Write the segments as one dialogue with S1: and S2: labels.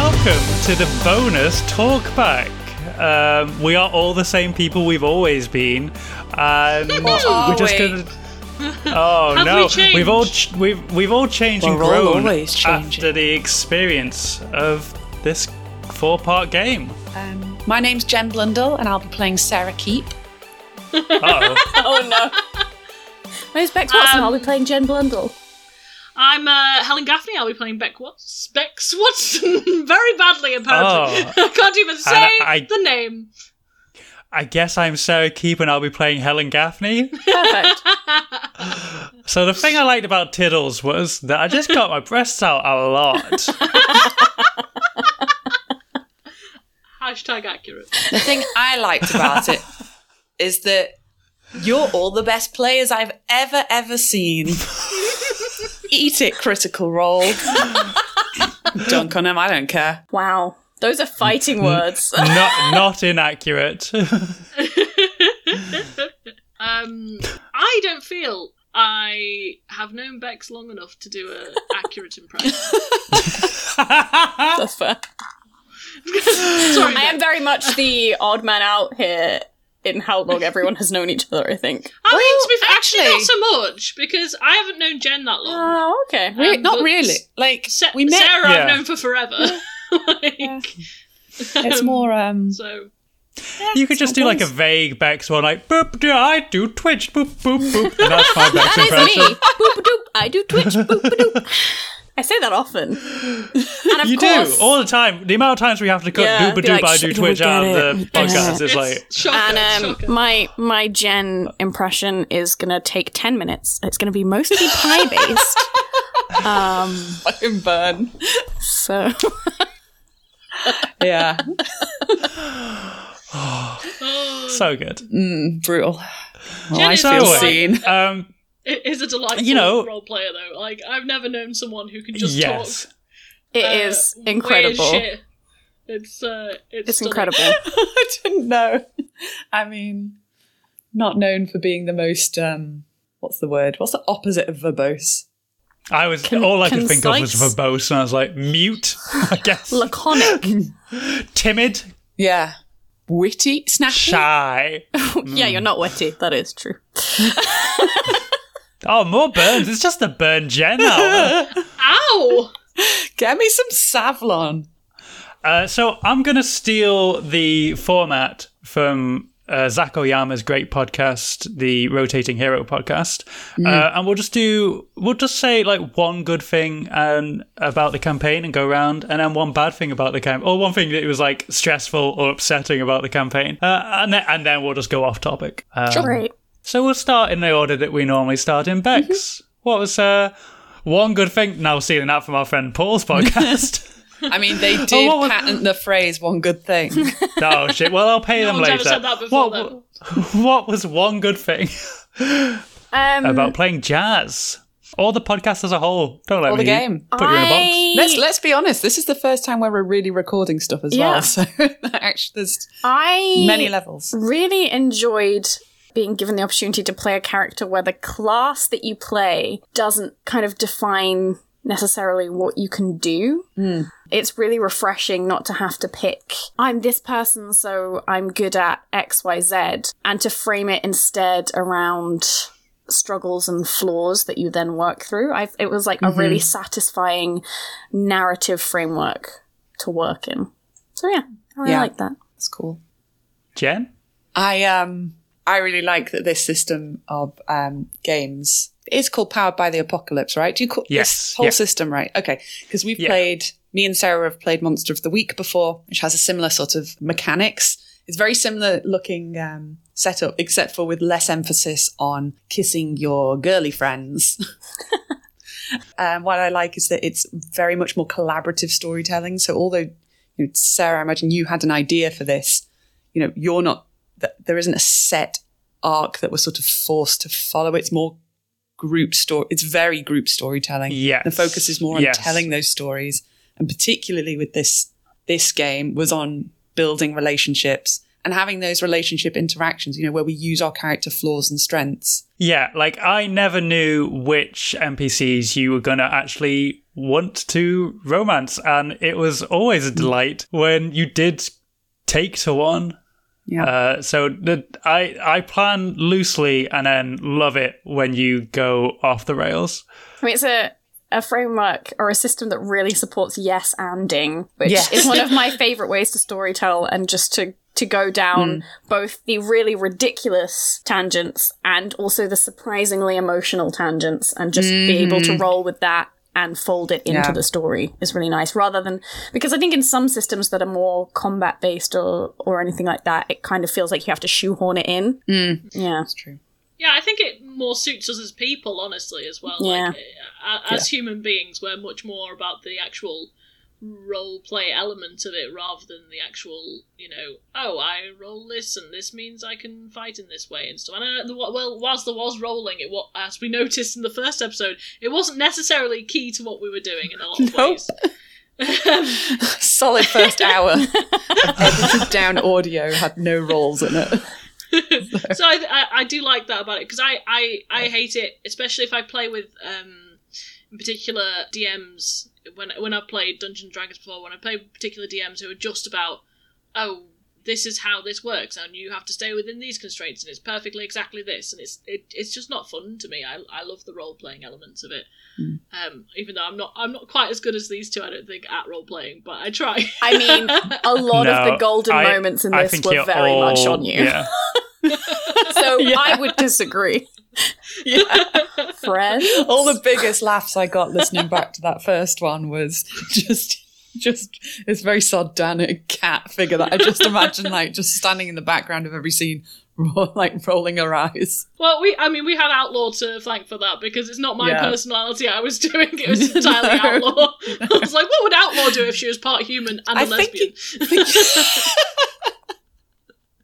S1: to the bonus talkback. Um, we are all the same people we've always been, and
S2: are
S1: we're just
S2: we?
S1: gonna. Oh
S2: Have we
S1: no!
S2: changed?
S1: have all ch- we've we've all changed and
S3: We're all
S1: grown
S3: always changing.
S1: after the experience of this four-part game.
S3: Um, my name's Jen Blundell, and I'll be playing Sarah Keep.
S1: Oh,
S3: Oh no!
S4: My name's Bex Watson. I'll be playing Jen Blundell.
S2: I'm uh, Helen Gaffney. I'll be playing Beck Watts- Bex Watson very badly, apparently. I can't even say
S1: Oh. I- I-
S2: the name.
S1: I guess I'm Sarah Keep, and I'll be playing Helen Gaffney.
S4: Perfect.
S1: So the thing I liked about Tiddles was that I just got my breasts out a lot.
S2: Hashtag accurate.
S3: The thing I liked about it is that you're all the best players I've ever ever seen. Eat it, critical role. Dunk on him. I don't care.
S4: wow. Those are fighting words.
S1: not not inaccurate.
S2: Um, I don't feel I have known Bex long enough to do an accurate impression.
S1: I
S3: That's fair.
S2: Sorry,
S4: I
S2: Bex.
S4: am very much the odd man out here in how long everyone has known each other, I think.
S2: I mean,
S3: Well,
S2: to be fair, actually,
S3: actually- Uh,
S2: not so much because I haven't known Jen that long.
S4: Oh, okay.
S3: Re-
S2: Um,
S3: not
S2: but
S3: really. Like
S2: Sa-
S3: we met.
S2: Sarah,
S1: Yeah.
S2: I've known for forever. like,
S3: It's more. Um.
S2: so.
S1: you could just do like a vague Bex one, like boop. Do I do Twitch? Boop boop boop. And that's my Bex
S4: That is
S1: impression.
S4: me. Boop doop. I do Twitch. Boop doop. I say that often. And of
S1: You do
S4: course,
S1: all the time. The amount of times we have to cut
S4: Yeah,
S1: dooba
S4: be
S1: doob
S4: like,
S1: I
S4: "Shh,
S1: do
S4: we
S1: Twitch
S3: get
S1: out of
S3: it,
S1: the
S3: we
S2: It's,
S1: podcast is
S2: it's
S1: like
S2: shocking,
S4: And
S2: shocking.
S4: um, my my Gen impression is gonna take ten minutes. It's gonna be mostly pie based. um,
S3: Fucking burn.
S4: so
S3: Yeah.
S1: so good.
S3: Brutal. Well,
S2: Jen
S3: I
S2: is
S3: feel
S1: fine.
S3: seen.
S1: Um,
S2: It is a delightful
S1: You know-
S2: role player though. Like I've never known someone who can just
S1: yes.
S2: talk.
S4: it
S2: uh,
S4: is
S2: weird
S4: incredible.
S2: shit. It's uh, it's,
S4: It's
S2: stunning.
S4: incredible.
S3: I didn't know. I mean, not known for being the most um what's the word? What's the opposite of verbose?
S1: I was
S4: Con-
S1: all I could think of was
S4: concise.
S1: verbose, and I was like mute. I guess
S4: Laconic.
S1: timid,
S3: Yeah. Witty, snappy.
S1: shy.
S4: yeah, you're not witty. That is true.
S1: Oh, more burns. It's just the burn gen hour.
S2: Ow!
S3: Get me some Savlon.
S1: Uh, so I'm going to steal the format from uh, Zach Oyama's great podcast, the Rotating Hero podcast, uh, and we'll just do we'll just say like one good thing and about the campaign and go around, and then one bad thing about the campaign, or one thing that was like stressful or upsetting about the campaign, uh, and then and then we'll just go off topic. Um,
S4: Great.
S1: So we'll start in the order that we normally start in. Bex, what was uh, one good thing? Now stealing that from our friend Paul's podcast.
S3: I mean, they did
S1: Oh, what was-
S3: patent the phrase one good thing.
S1: Oh shit! Well, I'll pay them
S2: one's
S1: later.
S2: ever said that before,
S1: what, what was one good thing
S4: Um,
S1: about playing jazz? Or the podcast as a whole. Don't let
S3: Or
S1: me
S3: the game.
S1: put you in a box.
S4: I-
S3: Let's let's be honest, this is the first time where we're really recording stuff as
S4: Yeah.
S3: well. So actually there's
S4: I
S3: many levels.
S4: really enjoyed being given the opportunity to play a character where the class that you play doesn't kind of define necessarily what you can do. It's really refreshing not to have to pick, I'm this person, so I'm good at XYZ, and to frame it instead around struggles and flaws that you then work through. I've, it was like a really satisfying narrative framework to work in. So, yeah, I really
S3: Yeah.
S4: like that.
S3: That's cool.
S1: Jen?
S3: I um I really like that this system of um games is called Powered by the Apocalypse, right? Do you call
S1: Yes,
S3: this whole
S1: yeah.
S3: system right? Okay, because we
S1: Yeah.
S3: played me and Sarah have played Monster of the Week before, which has a similar sort of mechanics. It's very similar looking um, setup, except for with less emphasis on kissing your girly friends. um, what I like is that it's very much more collaborative storytelling. So although you know, Sarah, I imagine you had an idea for this. You know, you're not, th- there isn't a set arc that we're sort of forced to follow. It's more group story. It's very group storytelling.
S1: Yes.
S3: The focus is more on
S1: Yes.
S3: telling those stories. And particularly with this, this game was on building relationships and having those relationship interactions, you know, where we use our character flaws and strengths.
S1: Yeah, like I never knew which NPCs you were going to actually want to romance. And it was always a delight when you did take to one.
S3: Yeah.
S1: Uh, so the, I, I plan loosely and then love it when you go off the rails.
S4: I mean, it's a, a framework or a system that really supports yes anding, which
S3: Yes.
S4: is one of my favorite ways to storytell and just to to go down
S3: Hmm.
S4: both the really ridiculous tangents and also the surprisingly emotional tangents and just be able to roll with that and fold it into
S3: Hmm. Yeah.
S4: the story is really nice rather than because i think in some systems that are more combat based or or anything like that it kind of feels like you have to shoehorn it in
S3: Hmm.
S4: yeah
S3: That's true.
S2: Yeah, I think it more suits us as people, honestly, as well.
S4: Yeah.
S2: Like, uh, as human beings, we're much more about the actual role play element of it rather than the actual, you know, oh, I roll this and this means I can fight in this way and stuff. And uh, the, well, whilst there was rolling, it wa- as we noticed in the first episode, it wasn't necessarily key to what we were doing in a lot of
S3: Nope.
S2: ways. Um,
S3: Solid first hour. of edited down audio had no rolls in it.
S2: so I, I I do like that about it because I, I I hate it, especially if I play with um in particular DMs when when I've played Dungeons and Dragons before. When I play with particular DMs who are just about oh this is how this works and you have to stay within these constraints and it's perfectly exactly this and it's it, it's just not fun to me. I I love the role playing elements of it. Um, even though I'm not I'm not quite as good as these two, I don't think at role playing, but I try.
S4: i mean a lot of
S1: No,
S4: the golden
S1: I-
S4: moments in
S1: I
S4: this
S1: think
S4: were
S1: you're
S4: very much
S1: all-
S4: on you
S1: Yeah.
S4: So I would disagree. Friend.
S3: All the biggest laughs I got listening back to that first one was just just this very sardonic cat figure that I just imagine like just standing in the background of every scene, ro- like rolling her eyes.
S2: Well, we, I mean, we had Outlaw to thank for that because it's not my
S3: Yeah.
S2: personality I was doing. It was entirely
S3: No.
S2: Outlaw. I was like, what would Outlaw do if she was part human and a
S3: I think
S2: lesbian?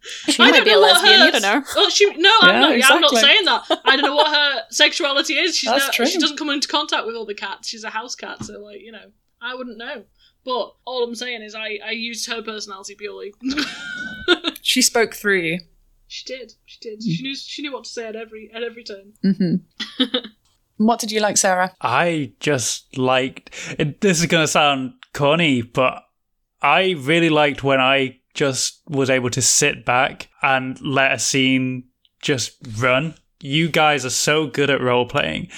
S4: She
S2: I
S4: might
S2: don't
S4: be a
S2: know what
S4: lesbian,
S2: her-
S4: you don't know.
S2: Well, she, no, I'm,
S3: Yeah,
S2: not, yeah, I'm not
S3: exactly.
S2: saying that. I don't know what her sexuality is. She's
S3: That's
S2: no-
S3: true.
S2: She doesn't come into contact with other cats. She's a house cat, so, like, you know, I wouldn't know. But all I'm saying is I, I used her personality purely.
S3: She spoke through you.
S2: she did. She did.
S3: Mm.
S2: She knew, she knew what to say at every, at every turn.
S3: Mm-hmm. What did you like, Sarah?
S1: I just liked. It, this is going to sound corny, but I really liked when I just was able to sit back and let a scene just run. You guys are so good at role playing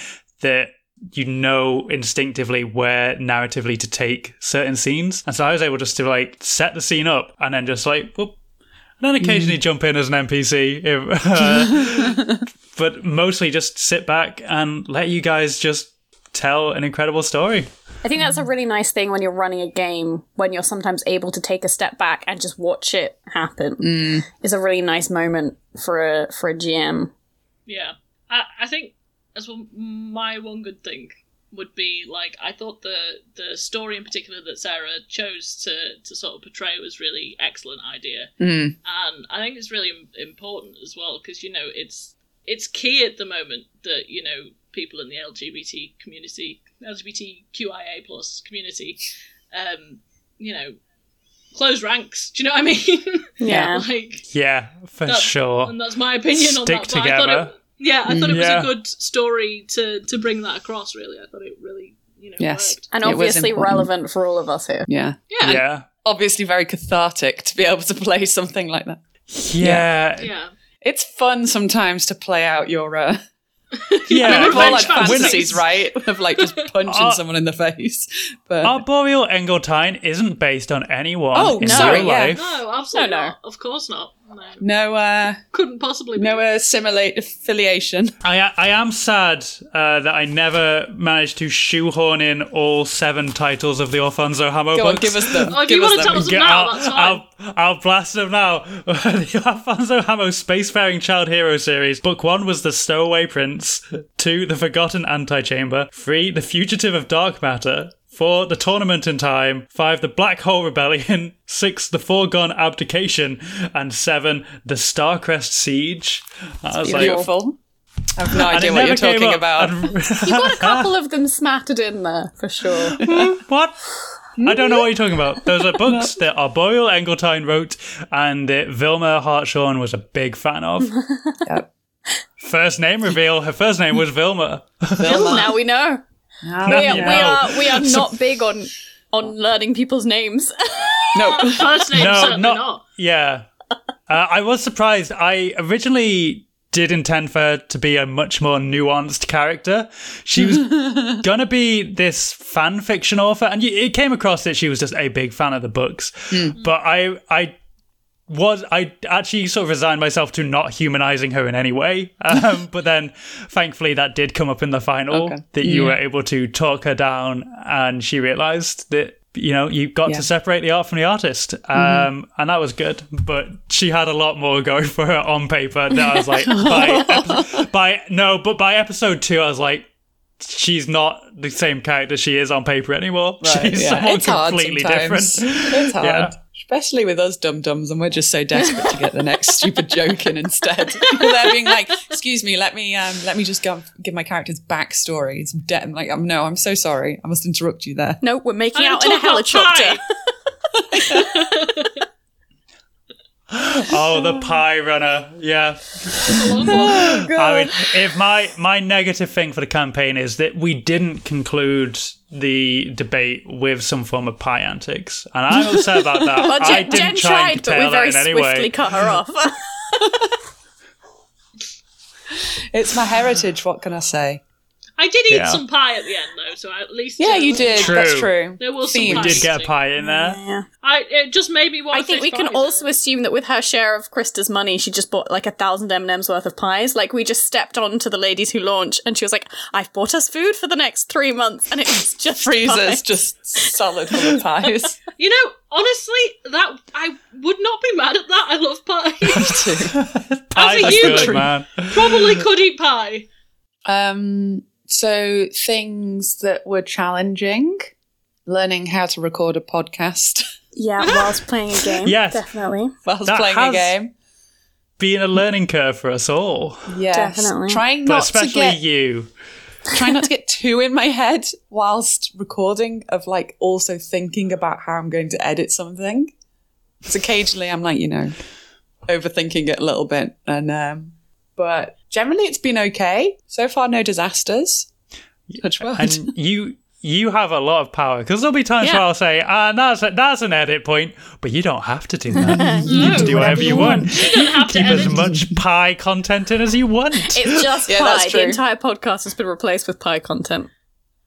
S1: that you know instinctively where narratively to take certain scenes. And so I was able just to like set the scene up and then just like, whoop. And then occasionally jump in as an NPC if, but mostly just sit back and let you guys just tell an incredible story.
S4: I think that's a really nice thing when you're running a game, when you're sometimes able to take a step back and just watch it happen. Is a really nice moment for a for a GM.
S2: Yeah, I, I think as well. My one good thing would be like I thought the the story in particular that Sarah chose to to sort of portray was really excellent idea,
S3: Mm.
S2: and I think it's really im- important as well because you know it's it's key at the moment that you know people in the LGBT community, LGBTQIA plus community, um, you know, close ranks. Do you know what I mean?
S4: Yeah.
S2: like
S1: Yeah, for
S2: That's-
S1: sure.
S2: and that's my opinion on
S1: Stick
S2: that. But I thought
S1: together.
S2: it, yeah, I thought it was
S1: Yeah.
S2: a good story to to bring that across. Really, I thought it really you know
S3: Yes.
S2: worked.
S4: And
S3: It was
S4: obviously
S3: important.
S4: relevant for all of us here.
S3: Yeah.
S2: Yeah, yeah,
S1: yeah.
S3: Obviously very cathartic to be able to play something like that.
S1: Yeah. Yeah.
S2: yeah.
S3: It's fun sometimes to play out your uh
S2: Yeah,
S3: yeah, all like
S2: revenge fantasies.
S3: fantasies, right? Of like just punching
S1: Uh,
S3: someone in the face. But
S1: Arboreal Engeltine isn't based on anyone
S3: Oh,
S1: in
S4: no,
S1: real
S3: yeah.
S1: life.
S2: No, absolutely
S4: No, no.
S2: not. Of course not. No,
S3: no uh
S2: couldn't possibly. Be.
S3: no uh, simulate affiliation.
S1: I I am sad uh, that I never managed to shoehorn in all seven titles of the Alfonso Hamo
S3: Go on,
S1: books.
S3: give us them.
S2: Oh, if
S3: give
S2: you
S3: us
S2: wanna
S3: them.
S2: tell us-
S1: Get-
S2: now, that's fine.
S1: I'll, I'll, I'll blast them now. the Alfonso Hamo Spacefaring Child Hero series. Book one was The Stowaway Prince. Two, The Forgotten Antichamber. Three, The Fugitive of Dark Matter. Four, The Tournament in Time. Five, The Black Hole Rebellion. Six, The Foregone Abdication. And seven, The Starcrest Siege. I was like,
S3: Beautiful. I have no
S1: and it
S3: idea what
S1: never
S3: you're
S1: came
S3: talking
S1: up.
S3: about.
S1: And-
S4: You got a couple of them smattered in there for sure.
S1: what? I don't know what you're talking about. Those are books that Arboyle Engeltine wrote and that Vilma Hartshorn was a big fan of.
S3: Yep.
S1: First name reveal. Her first name was Vilma.
S4: Well, now we know.
S3: No.
S4: We are, we
S1: Yeah.
S4: are, we are not big on on learning people's names.
S3: no.
S2: First name,
S1: no,
S2: certainly
S1: not,
S2: not.
S1: yeah. Uh, I was surprised. I originally did intend for her to be a much more nuanced character. She was gonna be this fan fiction author, and y- it came across that she was just a big fan of the books. But I, I was I actually sort of resigned myself to not humanizing her in any way. Um, but then, thankfully, that did come up in the final
S3: Okay.
S1: that you were able to talk her down, and she realized that you know you got
S3: Yeah. Mm-hmm.
S1: to separate the art from the artist, um, and that was good. But she had a lot more going for her on paper. That I was like, by, epi- by no, but by episode two, I was like. She's not the same character she is on paper anymore.
S3: Right,
S1: she's
S3: yeah.
S1: someone
S3: it's hard
S1: completely
S3: sometimes.
S1: different.
S3: It's hard.
S1: Yeah.
S3: Especially with us dum dums, and we're just so desperate to get the next stupid joke in instead. People there being like, "Excuse me, let me, um, let me just go, give my character's backstory." It's de- I'm like, um, "No, I'm so sorry. I must interrupt you there."
S4: no, we're making
S2: I'm
S4: out in a
S2: gonna talk about
S4: helicopter.
S1: Oh, the pie runner. Yeah.
S2: Oh,
S1: I mean, if my my negative thing for the campaign is that we didn't conclude the debate with some form of pie antics, and I'm upset about that.
S4: Well, Jen,
S1: I didn't
S4: Jen
S1: try
S4: tried,
S1: and
S4: but we
S1: curtail
S4: very
S1: that in any
S4: swiftly
S1: way.
S4: cut her off.
S3: It's my heritage. What can I say?
S2: I did eat
S1: Yeah.
S2: some pie at the end, though, so I at least.
S3: Yeah,
S2: uh,
S3: you did.
S1: True.
S3: That's true.
S2: There was some
S3: Themed.
S2: pie.
S1: We did get a pie in there.
S2: I, it just made me want
S4: I
S2: to
S4: think
S2: taste
S4: we can
S2: pies,
S4: also
S2: though.
S4: assume that with her share of Krista's money, she just bought like a thousand M&M's worth of pies. Like we just stepped on to the ladies who launch, and she was like, "I've bought us food for the next three months," and it's just
S3: Freezers
S4: pies.
S3: just solid full of pies.
S2: You know, honestly, that I would not be mad at that. I love pie.
S1: Pies
S2: a
S1: are
S2: huge
S1: good,
S2: treat.
S1: man.
S2: Probably could eat pie.
S3: Um, so things that were challenging, learning how to record a podcast
S4: Yeah, whilst playing a game.
S1: Yes.
S4: definitely.
S3: whilst
S1: That
S3: playing
S1: has-
S3: a game.
S1: Being a learning curve for us all,
S3: Yes,
S4: Definitely.
S3: trying
S1: but
S3: not to
S1: especially
S3: get
S1: you.
S3: trying not to get too in my head whilst recording of like also thinking about how I'm going to edit something. Because occasionally I'm like you know overthinking it a little bit, and um, but generally it's been okay so far. No disasters. Touch wood.
S1: and you you have a lot of power because there'll be times
S3: Yeah.
S1: where I'll say, "Ah, that's a, that's an edit point," but you don't have to do that. you
S2: No.
S1: can do whatever you want.
S2: don't have to
S1: Keep as
S2: edit.
S1: much pie content in as you want.
S4: It's just
S3: Yeah,
S4: pie.
S3: that's
S4: The
S3: true.
S4: entire podcast has been replaced with pie content.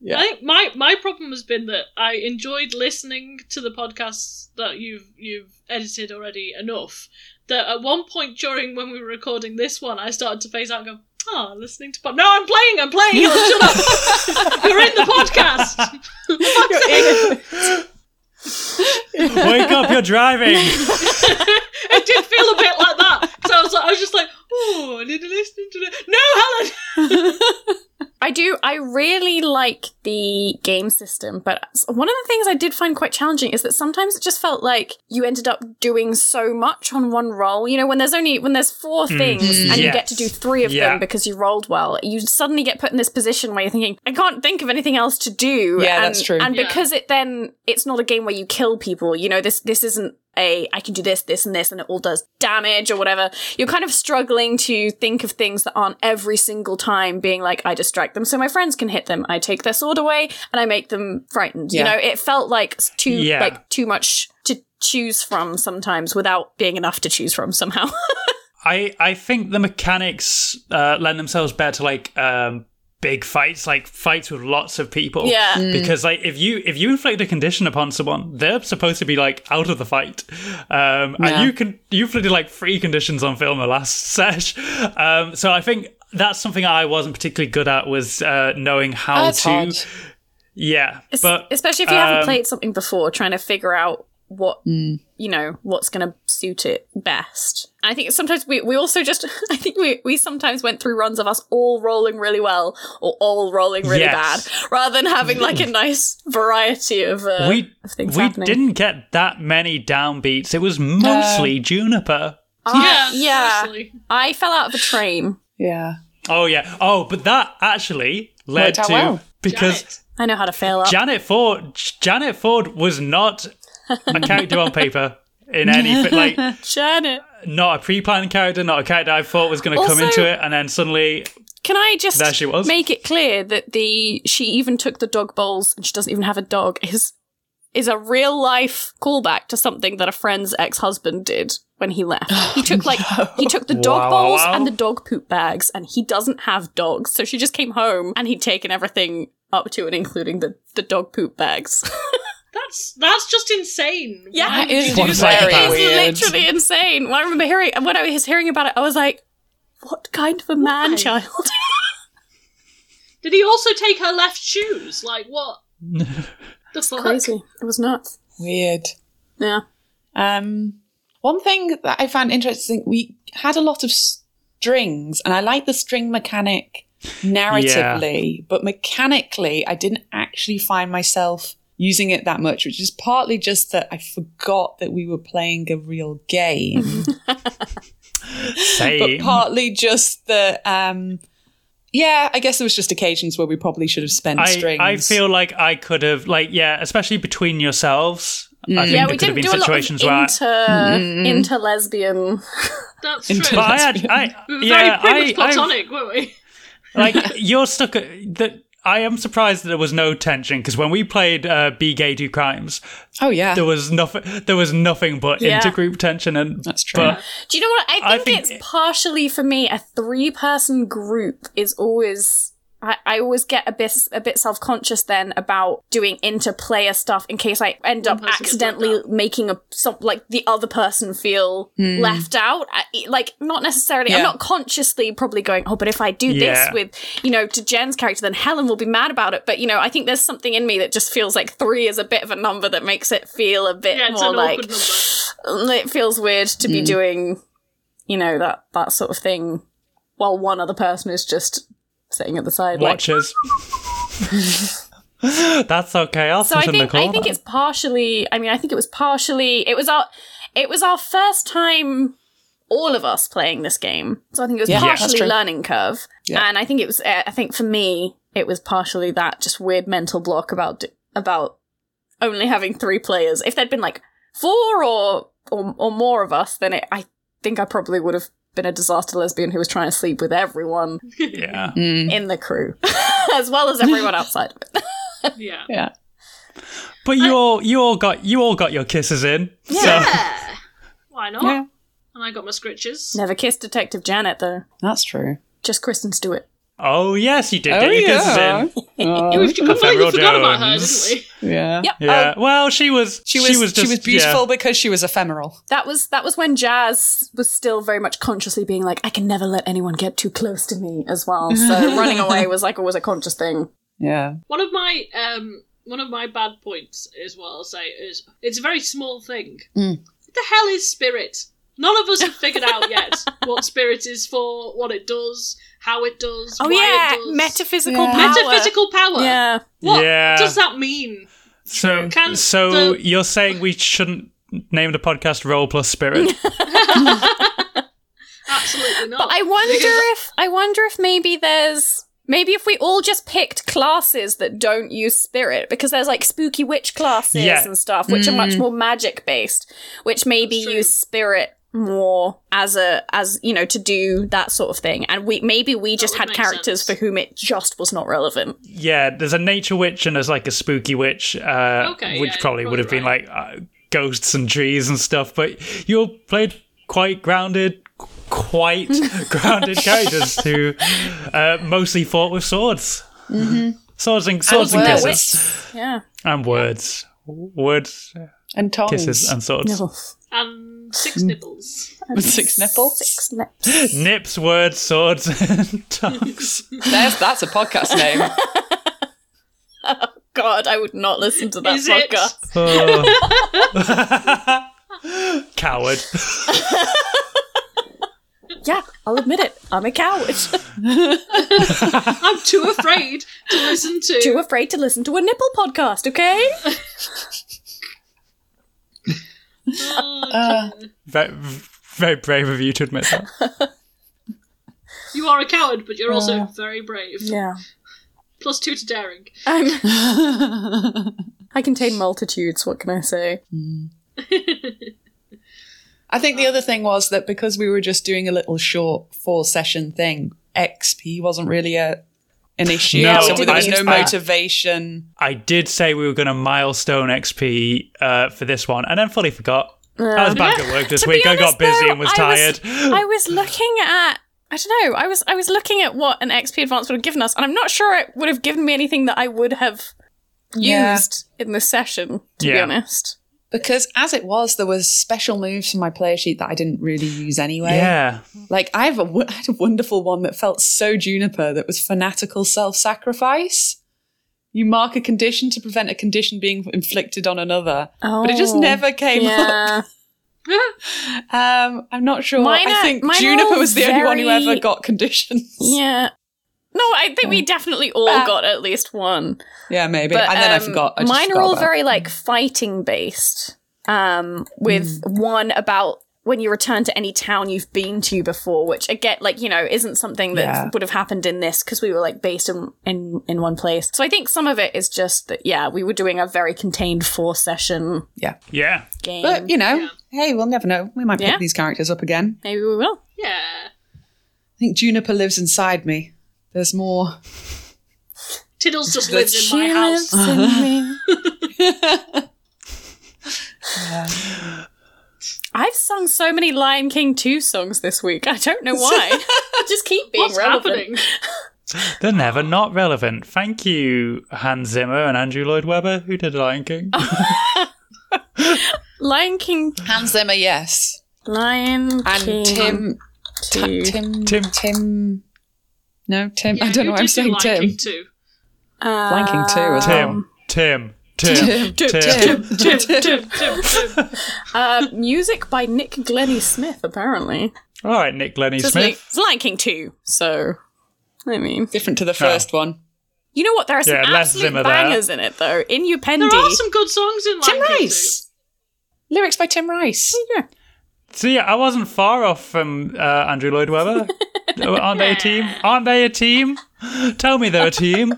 S3: yeah.
S2: I think my my problem has been that I enjoyed listening to the podcasts that you've you've edited already enough. That at one point during when we were recording this one, I started to phase out and go, "Ah, listening to pod. No, I'm playing. I'm playing. Oh, shut up. You're in the podcast.
S1: Wake up, you're driving.
S2: it did feel a bit like that. So I was like, I was just like, oh, I need to listen to it. No, Helen.
S4: I do. I really like the game system, but one of the things I did find quite challenging is that sometimes it just felt like you ended up doing so much on one roll. You know, when there's only when there's four things and you get to do
S1: Hmm. yes.
S4: three of
S1: Yeah.
S4: them because you rolled well, you suddenly get put in this position where you're thinking, I can't think of anything else to do.
S3: Yeah,
S4: and,
S3: that's true.
S4: And
S2: Yeah.
S4: because it then it's not a game where you kill people. You know, this this isn't a I can do this, this, and this, and it all does damage or whatever. You're kind of struggling to think of things that aren't every single time being like, I distract them so my friends can hit them. I take their sword away and I make them frightened.
S3: Yeah.
S4: You know, it felt like s- too
S1: Yeah.
S4: like too much to choose from sometimes without being enough to choose from somehow.
S1: I I think the mechanics uh, lend themselves better to like um, big fights, like fights with lots of people.
S4: Yeah.
S1: Because like if you if you inflict a condition upon someone, they're supposed to be like out of the fight. Um,
S3: Yeah.
S1: And you can you inflicted like three conditions on film the last sesh. Um, so I think that's something I wasn't particularly good at was uh, knowing how
S3: That's
S1: to.
S3: hard.
S1: Yeah,
S4: Es-
S1: but
S4: especially if you
S1: um,
S4: haven't played something before, trying to figure out what you know what's going to suit it best. And I think sometimes we, we also just I think we we sometimes went through runs of us all rolling really well or all rolling really
S1: Yes. Hmm.
S4: bad, rather than having like a nice variety of uh,
S1: we
S4: of
S1: we
S4: things happening.
S1: didn't get that many downbeats. It was mostly Juniper.
S4: I, yeah,
S2: honestly.
S4: I fell out of a train.
S3: Yeah.
S1: Oh yeah. Oh, but that actually led
S3: Worked out
S1: to
S3: well.
S1: because
S2: Giant.
S4: I know how to fail up.
S1: Janet Ford. Janet Ford was not a character on paper in any fi- like
S4: Janet.
S1: not a pre-planned character, not a character I thought was going to come
S4: Also-
S1: into it, and then suddenly
S4: Can I just
S1: There she was.
S4: make it clear that the she even took the dog bowls and she doesn't even have a dog is is a real life callback to something that a friend's ex husband did when he left. He took like he took the
S1: Oh, Wow,
S4: dog
S1: wow,
S4: bowls
S1: wow.
S4: and the dog poop bags and he doesn't have dogs. So she just came home and he'd taken everything up to and including the, the dog poop bags.
S2: That's that's just insane.
S4: Yeah.
S2: Why would
S3: That is
S2: you do
S1: One
S2: that?
S1: psychopath.
S4: It's
S3: Weird.
S4: literally insane. Well, I remember hearing when I was hearing about it, I was like, "What kind of a man child?"
S2: Did he also take her left shoes? Like what? the fuck?
S4: Crazy. It was nuts.
S3: Weird.
S4: Yeah.
S3: Um, one thing that I found interesting, we had a lot of strings, and I like the string mechanic narratively, but mechanically, I didn't actually find myself using it that much, which is partly just that I forgot that we were playing a real game, but
S1: same.
S3: partly just that, um, yeah, I guess there was just occasions where we probably should have spent
S1: I,
S3: strings.
S1: I feel like I could have like yeah, especially between yourselves. I think
S4: Mm.
S1: there
S4: yeah, we
S1: could have
S4: didn't
S1: been
S4: do a lot of
S1: situations where. I- Mm-hmm.
S4: inter inter lesbian.
S2: That's true.
S3: Into-
S1: but I had, I,
S2: we were
S1: yeah,
S2: very pretty
S1: I,
S2: much
S1: I-
S2: platonic, weren't we?
S1: like you're stuck at that i am surprised that there was no tension because when we played uh, be gay do crimes
S3: oh yeah,
S1: there was nothing there was nothing but
S4: Yeah.
S1: intergroup tension and
S3: that's true.
S1: but
S4: Do you know what? I
S1: I
S4: think,
S1: think
S4: it's
S1: it-
S4: partially for me a three person group is always. I, I always get a bit a bit self conscious then about doing interplayer stuff in case I end up
S2: person gets
S4: accidentally
S2: left
S4: making a some, like the other person feel left out. I, e, like not necessarily. I'm
S3: Yeah.
S4: not consciously probably going. Oh, but if I do
S1: Yeah.
S4: this with you know to Jen's character, then Helen will be mad about it. But you know, I think there's something in me that just feels like three is a bit of a number that makes it feel a bit
S2: Yeah, it's
S4: more
S2: an
S4: like
S2: awkward number.
S4: it feels weird to be doing you know that that sort of thing while one other person is just sitting at the side like-
S1: watchers that's okay i'll
S4: so
S1: sit
S4: i
S1: in the
S4: think
S1: corner
S4: i think it's partially i mean i think it was partially it was our it was our first time all of us playing this game so i think it was
S3: Yeah, that's
S4: partially
S3: true.
S4: learning curve
S3: Yeah.
S4: and i think it was uh, i think for me it was partially that just weird mental block about d- about only having three players if there'd been like four or or, or more of us then it, i think i probably would have been a disaster lesbian who was trying to sleep with everyone
S1: yeah
S3: Mm,
S4: in the crew as well as everyone outside of it
S2: Yeah.
S3: yeah,
S1: but you all you all got you all got your kisses in so
S2: Yeah. Why not?
S3: yeah,
S2: And I got my scritches.
S4: never kissed detective janet though
S3: that's true.
S4: just Kristen Stewart.
S1: oh yes you did
S3: Oh,
S1: get your
S3: yeah.
S1: kisses in
S3: Oh,
S2: We've completely
S1: Ephemeral
S2: forgot about her, didn't
S1: Jones.
S2: we?
S3: yeah.
S4: Yep. um,
S1: yeah well she was
S3: She was she was,
S1: just
S3: beautiful
S1: yeah.
S3: because she was ephemeral.
S4: That was that was when Jazz was still very much consciously being like, I can never let anyone get too close to me as well. So running away was like always a conscious thing.
S3: Yeah.
S2: One of my um one of my bad points is what I'll say is it's a very small thing.
S4: Mm.
S2: What the hell is spirit? None of us have figured out yet what spirit is for, what it does, how it does,
S4: Oh,
S2: why it does.
S4: metaphysical
S3: Yeah.
S2: Oh, metaphysical power.
S4: Yeah,
S2: What
S1: Yeah.
S2: does that mean?
S1: so
S2: Can
S1: so
S2: the-
S1: you're saying we shouldn't name the podcast role plus spirit
S2: Absolutely not.
S4: but I wonder if I wonder if maybe there's maybe if we all just picked classes that don't use spirit because there's like spooky witch classes
S1: Yeah.
S4: and stuff which are much more magic based, which maybe
S2: That's true.
S4: use spirit more as a as you know to do that sort of thing and we maybe we just
S2: would
S4: had
S2: make
S4: characters
S2: sense.
S4: for whom it just was not relevant
S1: yeah, there's a nature witch and there's like a spooky witch, uh,
S2: Okay,
S1: which
S2: yeah,
S1: probably
S2: you're
S1: would have been
S2: probably
S1: like uh, ghosts and trees and stuff. But you all played quite grounded, qu- quite grounded characters who uh, mostly fought with swords, swords and swords and,
S3: were
S1: kisses
S4: yeah
S1: and words, words,
S3: And tongs.
S1: kisses and swords,
S2: and six nipples.
S3: With six nipples.
S4: Six nips.
S1: nips, words, swords, and tongues.
S3: There's, that's a podcast name.
S4: God, I would not listen to that
S2: Is it?
S4: podcast.
S1: Oh. Coward.
S4: Yeah, I'll admit it. I'm a coward.
S2: I'm too afraid to listen to.
S4: Too afraid to listen to a nipple podcast, okay?
S2: Oh, dear.
S1: Very, very brave of you to admit that.
S2: you are a coward, but you're also very brave.
S4: Yeah.
S2: Plus two to daring.
S4: I'm, I contain multitudes. What can I say?
S3: I think the other thing was that because we were just doing a little short four session thing, XP wasn't really a an issue.
S1: No,
S3: so
S1: we
S3: there was
S1: didn't
S3: no
S1: use that.
S3: motivation.
S1: I did say we were going to milestone XP uh, for this one, and then fully forgot. I was back at work this
S4: Um, To be
S1: week. I got
S4: honest,
S1: busy
S4: though,
S1: and was
S4: I
S1: tired.
S4: I was looking at. I don't know. I was I was looking at what an XP advance would have given us, and I'm not sure it would have given me anything that I would have
S3: Yeah.
S4: used in this session. To be
S1: Yeah.
S4: honest,
S3: Because as it was, there was special moves from my player sheet that I didn't really use anyway.
S1: yeah.
S3: Like I have a, wo- I had a wonderful one that felt so juniper that was fanatical self-sacrifice. You mark a condition to prevent a condition being inflicted on another, but it just
S4: Oh,
S3: never came up.
S4: yeah.
S3: Um, I'm not sure.
S4: Mine
S3: I
S4: are-
S3: think
S4: mine are
S3: Juniper
S4: all
S3: was the only one who
S4: very-
S3: ever got conditions.
S4: yeah. No, I think we definitely all
S3: Uh,
S4: got at least one.
S3: Yeah, maybe.
S4: But,
S3: and then I
S4: um,
S3: forgot. I just
S4: mine are
S3: forgot
S4: all
S3: about it.
S4: very like fighting based. Um, with
S3: Mm.
S4: one about when you return to any town you've been to before, which again, like you know, isn't something that
S3: Yeah.
S4: would have happened in this because we were like based in, in in one place. So I think some of it is just that. Yeah, we were doing a very contained four session
S1: Yeah.
S4: game.
S3: But you know,
S2: Yeah.
S3: hey, we'll never know. We might pick
S4: Yeah.
S3: these characters up again.
S4: Maybe we will.
S2: Yeah.
S3: I think Juniper lives inside me. There's more.
S2: Tiddles just lives in my
S4: She
S2: house.
S4: lives in me. I've sung so many Lion King 2 songs this week. I don't know why. I just keep being
S2: What's happening?
S4: relevant.
S1: They're never not relevant. Thank you, Hans Zimmer and Andrew Lloyd Webber, who did Lion King.
S4: Lion King
S3: Hans Zimmer, yes,
S4: Lion
S3: and
S4: King
S3: Tim,
S4: two.
S3: Tim, Tim,
S1: Tim.
S3: Tim. No, Tim. I don't know. why
S2: who
S3: I'm
S2: did do
S3: saying
S2: Lion
S3: Tim.
S2: King too.
S4: Uh,
S3: Lion King two as
S1: Tim,
S3: well.
S1: Tim, Um, Tim,
S3: Tim,
S1: Tim.
S2: Tim, Tim, Tim, Tim.
S4: Uh, music by Nick Glennie Smith, apparently.
S1: All right, Nick Lenny
S4: It's, like,
S1: Smith.
S4: it's Lion King 2, so. I mean,
S3: Different to the first one.
S4: you know what? There are some
S1: Yeah, less Zimmer there.
S4: absolute bangers in it, though. In your
S2: There are some good songs in Lion
S3: Tim
S2: King
S3: Rice. Lyrics by Tim Rice.
S1: See, I wasn't far off from uh, Andrew Lloyd Webber. Aren't they a team? Aren't they a team? Tell me they're a team.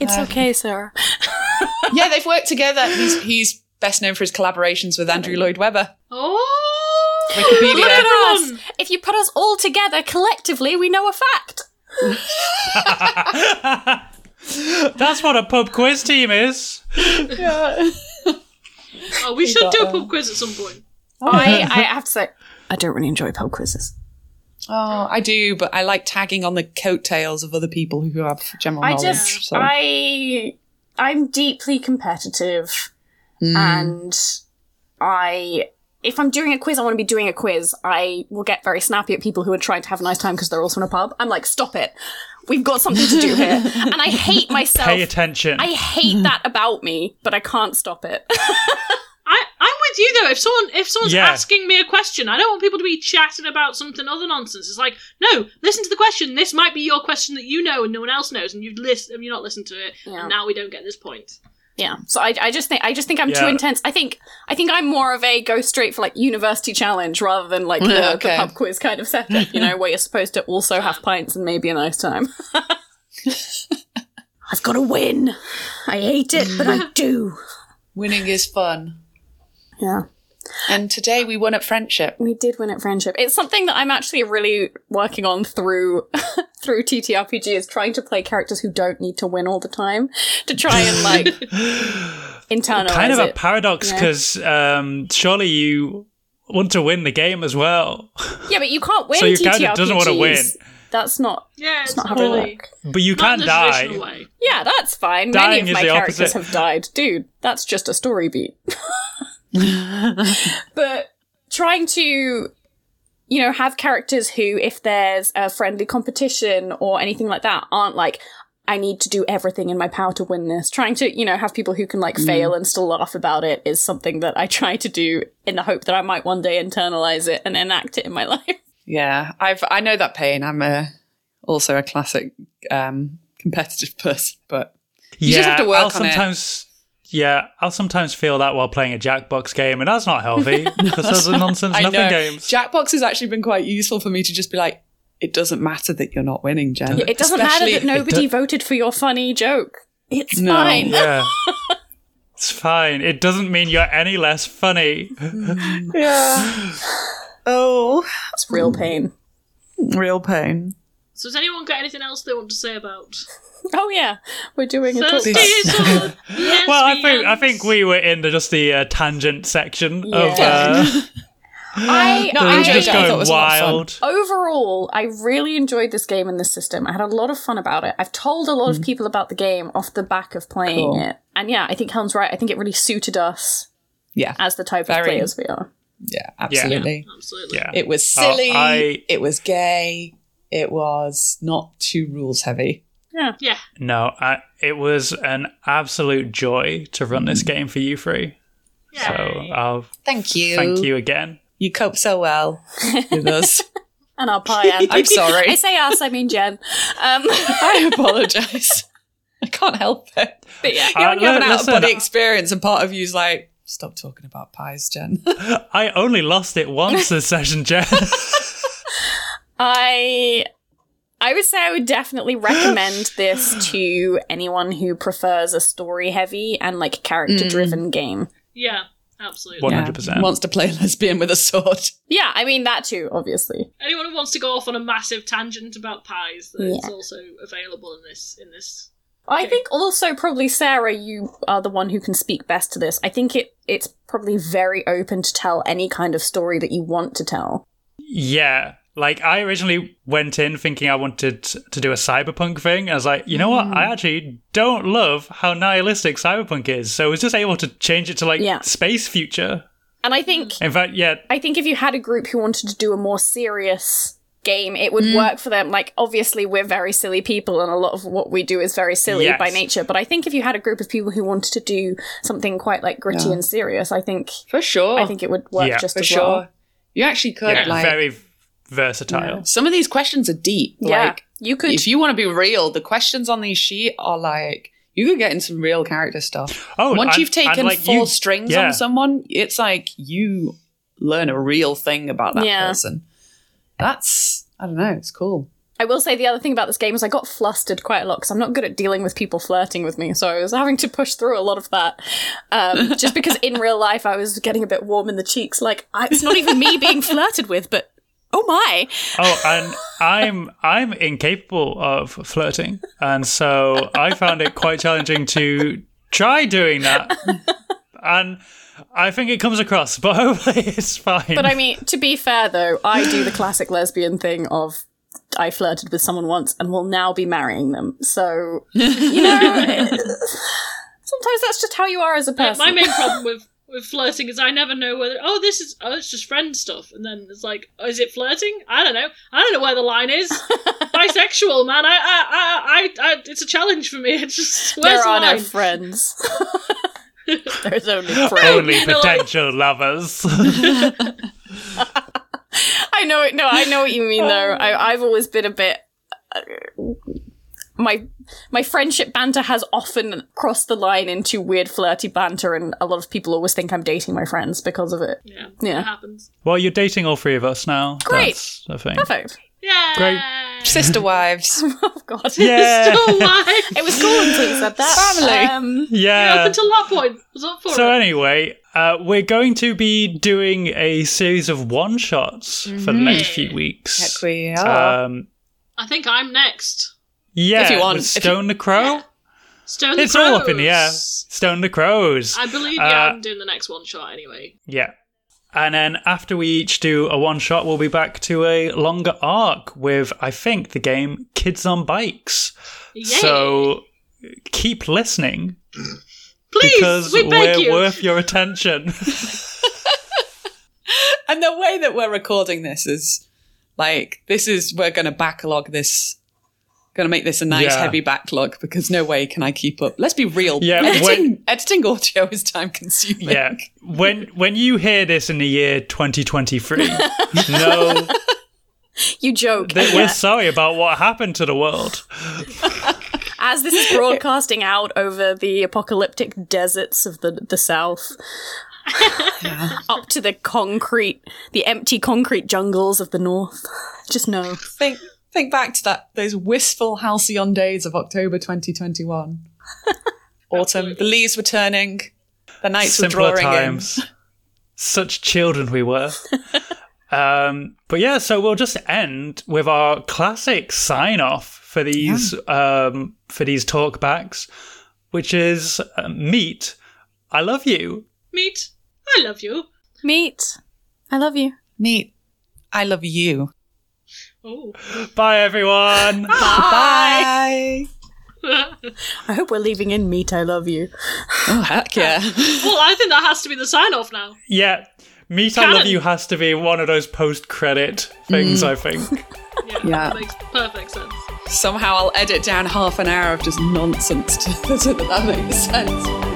S4: It's
S1: Uh,
S4: okay, Sarah.
S3: yeah, they've worked together. He's, he's best known for his collaborations with Andrew Lloyd Webber.
S2: Oh.
S3: Wikipedia.
S4: Look at us!
S2: Everyone!
S4: If you put us all together collectively, we know a fact.
S1: That's what a pub quiz team is.
S2: Oh, we should
S3: got
S2: do a
S3: that.
S2: pub quiz at some point.
S4: I, I have to say, I don't really enjoy pub quizzes.
S3: Oh, I do, but I like tagging on the coattails of other people who have general
S4: I
S3: knowledge.
S4: just,
S3: so.
S4: I, I'm deeply competitive, Hmm. and I, if I'm doing a quiz, I want to be doing a quiz. I will get very snappy at people who are trying to have a nice time because they're also in a pub. I'm like, stop it. We've got something to do here, and I hate myself.
S1: Pay attention.
S4: I hate that about me, but I can't stop it.
S2: I, I'm with you though. If someone if someone's
S1: Yeah.
S2: asking me a question, I don't want people to be chatting about something other nonsense. It's like, no, listen to the question. This might be your question that you know and no one else knows, and you've list and you're not listened to it,
S4: Yeah.
S2: and now we don't get this point.
S4: Yeah. So I, I just think I just think I'm too
S1: Yeah.
S4: intense. I think I think I'm more of a go straight for like university challenge rather than like the,
S3: Okay.
S4: the pub quiz kind of setup, you know, where you're supposed to also have pints and maybe a nice time. I've got to win. I hate it, but I do.
S3: Winning is fun.
S4: Yeah.
S3: And today we won at friendship.
S4: We did win at friendship. It's something that I'm actually really working on through through TTRPG is trying to play characters who don't need to win all the time to try and like internalize
S1: kind of a
S4: it.
S1: paradox
S4: Yeah.
S1: because um, surely you want to win the game as well,
S4: Yeah, but you can't win.
S1: So your
S4: TTRPGs.
S1: character doesn't wanna win.
S4: That's not.
S2: Yeah, it's
S4: not
S2: not,
S4: how they
S2: really
S4: work.
S1: but you
S2: not
S1: can't
S2: in the
S1: die.
S2: traditional way.
S4: Yeah, that's fine. Many
S1: Dying
S4: of
S1: is
S4: my
S1: the
S4: characters
S1: opposite.
S4: have died, dude. That's just a story beat. but trying to, you know, have characters who, if there's a friendly competition or anything like that, aren't like. I need to do everything in my power to win this. Trying to, you know, have people who can like fail and still laugh about it is something that I try to do in the hope that I might one day internalize it and enact it in my life.
S3: Yeah, I've I know that pain. I'm a also a classic um, competitive person, but
S1: yeah,
S3: just have to work
S1: I'll
S3: on it.
S1: sometimes. Yeah, I'll sometimes feel that while playing a Jackbox game, and that's not healthy. Because those are nonsense
S3: I
S1: nothing
S3: know
S1: games.
S3: Jackbox has actually been quite useful for me to just be like, it doesn't matter that you're not winning, Jen.
S4: It doesn't matter that
S3: Especially-
S4: nobody voted for your funny joke. It's
S3: No.
S4: fine.
S1: Yeah. It's fine. It doesn't mean you're any less funny.
S3: Oh,
S4: It's real pain.
S3: real pain.
S2: So has anyone got anything else they want to say about
S4: Oh yeah, we're doing a talk.
S2: Thursday? is all lesbians.
S1: Well, I think I think we were in the, just the uh, tangent section of
S4: Yeah.
S1: uh,
S4: I,
S3: No,
S4: I,
S3: I
S1: just
S3: enjoyed it. I thought it
S1: going
S3: was a lot of fun.
S1: wild.
S4: overall, I really enjoyed this game and this system. I had a lot of fun about it. I've told a lot of people about the game off the back of playing
S3: Mm-hmm. Cool.
S4: it, and yeah, I think Helen's right. I think it really suited us
S3: Yeah,
S4: as the type
S3: Very.
S4: of players we are.
S3: yeah, absolutely.
S2: Absolutely.
S1: Yeah.
S3: It was
S1: Oh,
S3: silly.
S1: I-
S3: It was gay. It was not too rules heavy.
S2: Yeah.
S1: No, I, it was an absolute joy to run this game for you three.
S2: Yeah.
S1: So uh, I'll
S3: Thank you.
S1: thank you again.
S3: You cope so well with us.
S4: And our pie. and-
S3: I'm sorry.
S4: I say us. I mean Jen. Um,
S3: I apologize. I can't help it.
S4: but yeah,
S3: You,
S1: Uh,
S3: know, you have an
S1: li-
S3: out of body
S1: listen,
S3: experience, and part of you's like, stop talking about pies, Jen.
S1: I only lost it once this session, Jen.
S4: I I would say I would definitely recommend this to anyone who prefers a story heavy and like character driven game.
S2: Yeah. Absolutely.
S1: One- 100%.
S3: Wants to play lesbian with a sword.
S4: Yeah, I mean that too, obviously.
S2: Anyone who wants to go off on a massive tangent about pies,
S4: Yeah.
S2: it's also available in this in this
S4: I think also probably Sarah, you are the one who can speak best to this. I think it it's probably very open to tell any kind of story that you want to tell.
S1: yeah. Like I originally went in thinking I wanted to do a cyberpunk thing. I was like, you know what? I actually don't love how nihilistic cyberpunk is. So I was just able to change it to like
S4: Yeah.
S1: space future.
S4: And I think
S1: In fact, yeah,
S4: I think if you had a group who wanted to do a more serious game, it
S1: Mm.
S4: would work for them. Like, obviously, we're very silly people, and a lot of what we do is very silly
S1: Yes.
S4: by nature. But I think if you had a group of people who wanted to do something quite like gritty
S3: Yeah.
S4: and serious, I think
S3: For sure.
S4: I think it would work
S1: Oh, Yeah.
S4: just
S3: for
S4: as
S3: sure.
S4: well.
S3: You actually could,
S1: yeah,
S3: like,
S1: very versatile.
S3: Yeah. some of these questions are deep.
S4: Yeah,
S3: Like,
S4: you could.
S3: if you want to be real, the questions on these sheet are like, you could get in some real character stuff.
S1: Oh,
S3: Once
S1: and-
S3: you've taken
S1: and, like,
S3: four
S1: you-
S3: strings
S1: yeah.
S3: on someone, it's like you learn a real thing about that
S4: Yeah.
S3: person. That's, I don't know, it's cool.
S4: I will say the other thing about this game is I got flustered quite a lot because I'm not good at dealing with people flirting with me, so I was having to push through a lot of that. Um, just because in real life I was getting a bit warm in the cheeks, like I, it's not even me being flirted with, but oh my!
S1: Oh, and I'm I'm incapable of flirting, and so I found it quite challenging to try doing that. And I think it comes across, but hopefully it's fine.
S4: But I mean, to be fair though, I do the classic lesbian thing of I flirted with someone once and will now be marrying them. So you know, sometimes that's just how you are as a
S2: Uh,
S4: person.
S2: my main problem with with flirting is I never know whether oh this is oh it's just friend stuff and then it's like oh, is it flirting I don't know I don't know where the line is bisexual man I I, I I I it's a challenge for me it's just where's
S4: there
S2: the
S4: are
S2: line
S4: no friends. There's only friends.
S1: only
S2: know, like-
S1: potential lovers.
S4: I know. No, I know what you mean though. I, I've always been a bit. uh, My my friendship banter has often crossed the line into weird flirty banter, and a lot of people always think I'm dating my friends because of it.
S2: yeah
S4: Yeah.
S2: it happens
S1: well, you're dating all three of us now.
S4: Great.
S1: That's the thing.
S4: Perfect.
S2: yeah
S1: Great.
S3: Sister wives.
S4: Oh God,
S1: Yeah.
S2: still alive
S4: it was cool until you said that.
S3: Family.
S4: Um,
S2: up
S1: Yeah.
S2: until that point I was up for
S1: So
S2: it
S1: anyway, uh, we're going to be doing a series of one shots for the next few weeks.
S3: Heck we are.
S1: Um,
S2: I think I'm next
S1: yeah,
S3: If you want-
S1: with
S3: if you-
S1: Stone the Crow.
S2: Stone the
S1: It's all up in the air.
S2: Crows.
S1: Stone the Crows.
S2: I believe
S1: Uh,
S2: yeah I'm doing the next one shot anyway
S1: Yeah. And then after we each do a one shot, we'll be back to a longer arc with, I think, the game Kids on Bikes.
S2: Yay.
S1: So keep listening
S2: please
S1: because
S2: we beg
S1: are
S2: you
S1: worth your attention.
S3: and the way that we're recording this is like, this is, we're going to backlog this. Going to make this a nice
S1: Yeah.
S3: heavy backlog because no way can I keep up. Let's be real.
S1: Yeah,
S3: editing,
S1: when-
S3: editing audio is time consuming.
S1: yeah. When when you hear this in the year 2023, no,
S4: you joke.
S1: that
S4: and
S1: we're
S4: yet,
S1: sorry about what happened to the world.
S4: As this is broadcasting out over the apocalyptic deserts of the the south, up to the concrete, the empty concrete jungles of the north. Just know.
S3: Think Think back to that those wistful halcyon days of October 2021. Autumn. The leaves were turning. The nights were
S1: simpler
S3: drawing
S1: times. Such children we were. um, but yeah, so we'll just end with our classic sign off for these um, for these talkbacks, which is uh, meet. I love you.
S2: Meet. I love you.
S4: Meet. I love you.
S3: in. Meet. I love you.
S2: Oh.
S1: Bye, everyone.
S3: Bye.
S2: well,
S4: I hope we're leaving in meet. I love you.
S3: Oh heck yeah.
S2: I think that has to be the sign off now.
S1: yeah, meet. I love
S2: Cannon.
S1: you has to be one of those post credit things. I think.
S2: Yeah.
S3: Yeah.
S2: That makes perfect sense.
S3: Somehow I'll edit down half an hour of just nonsense to, so that that makes sense.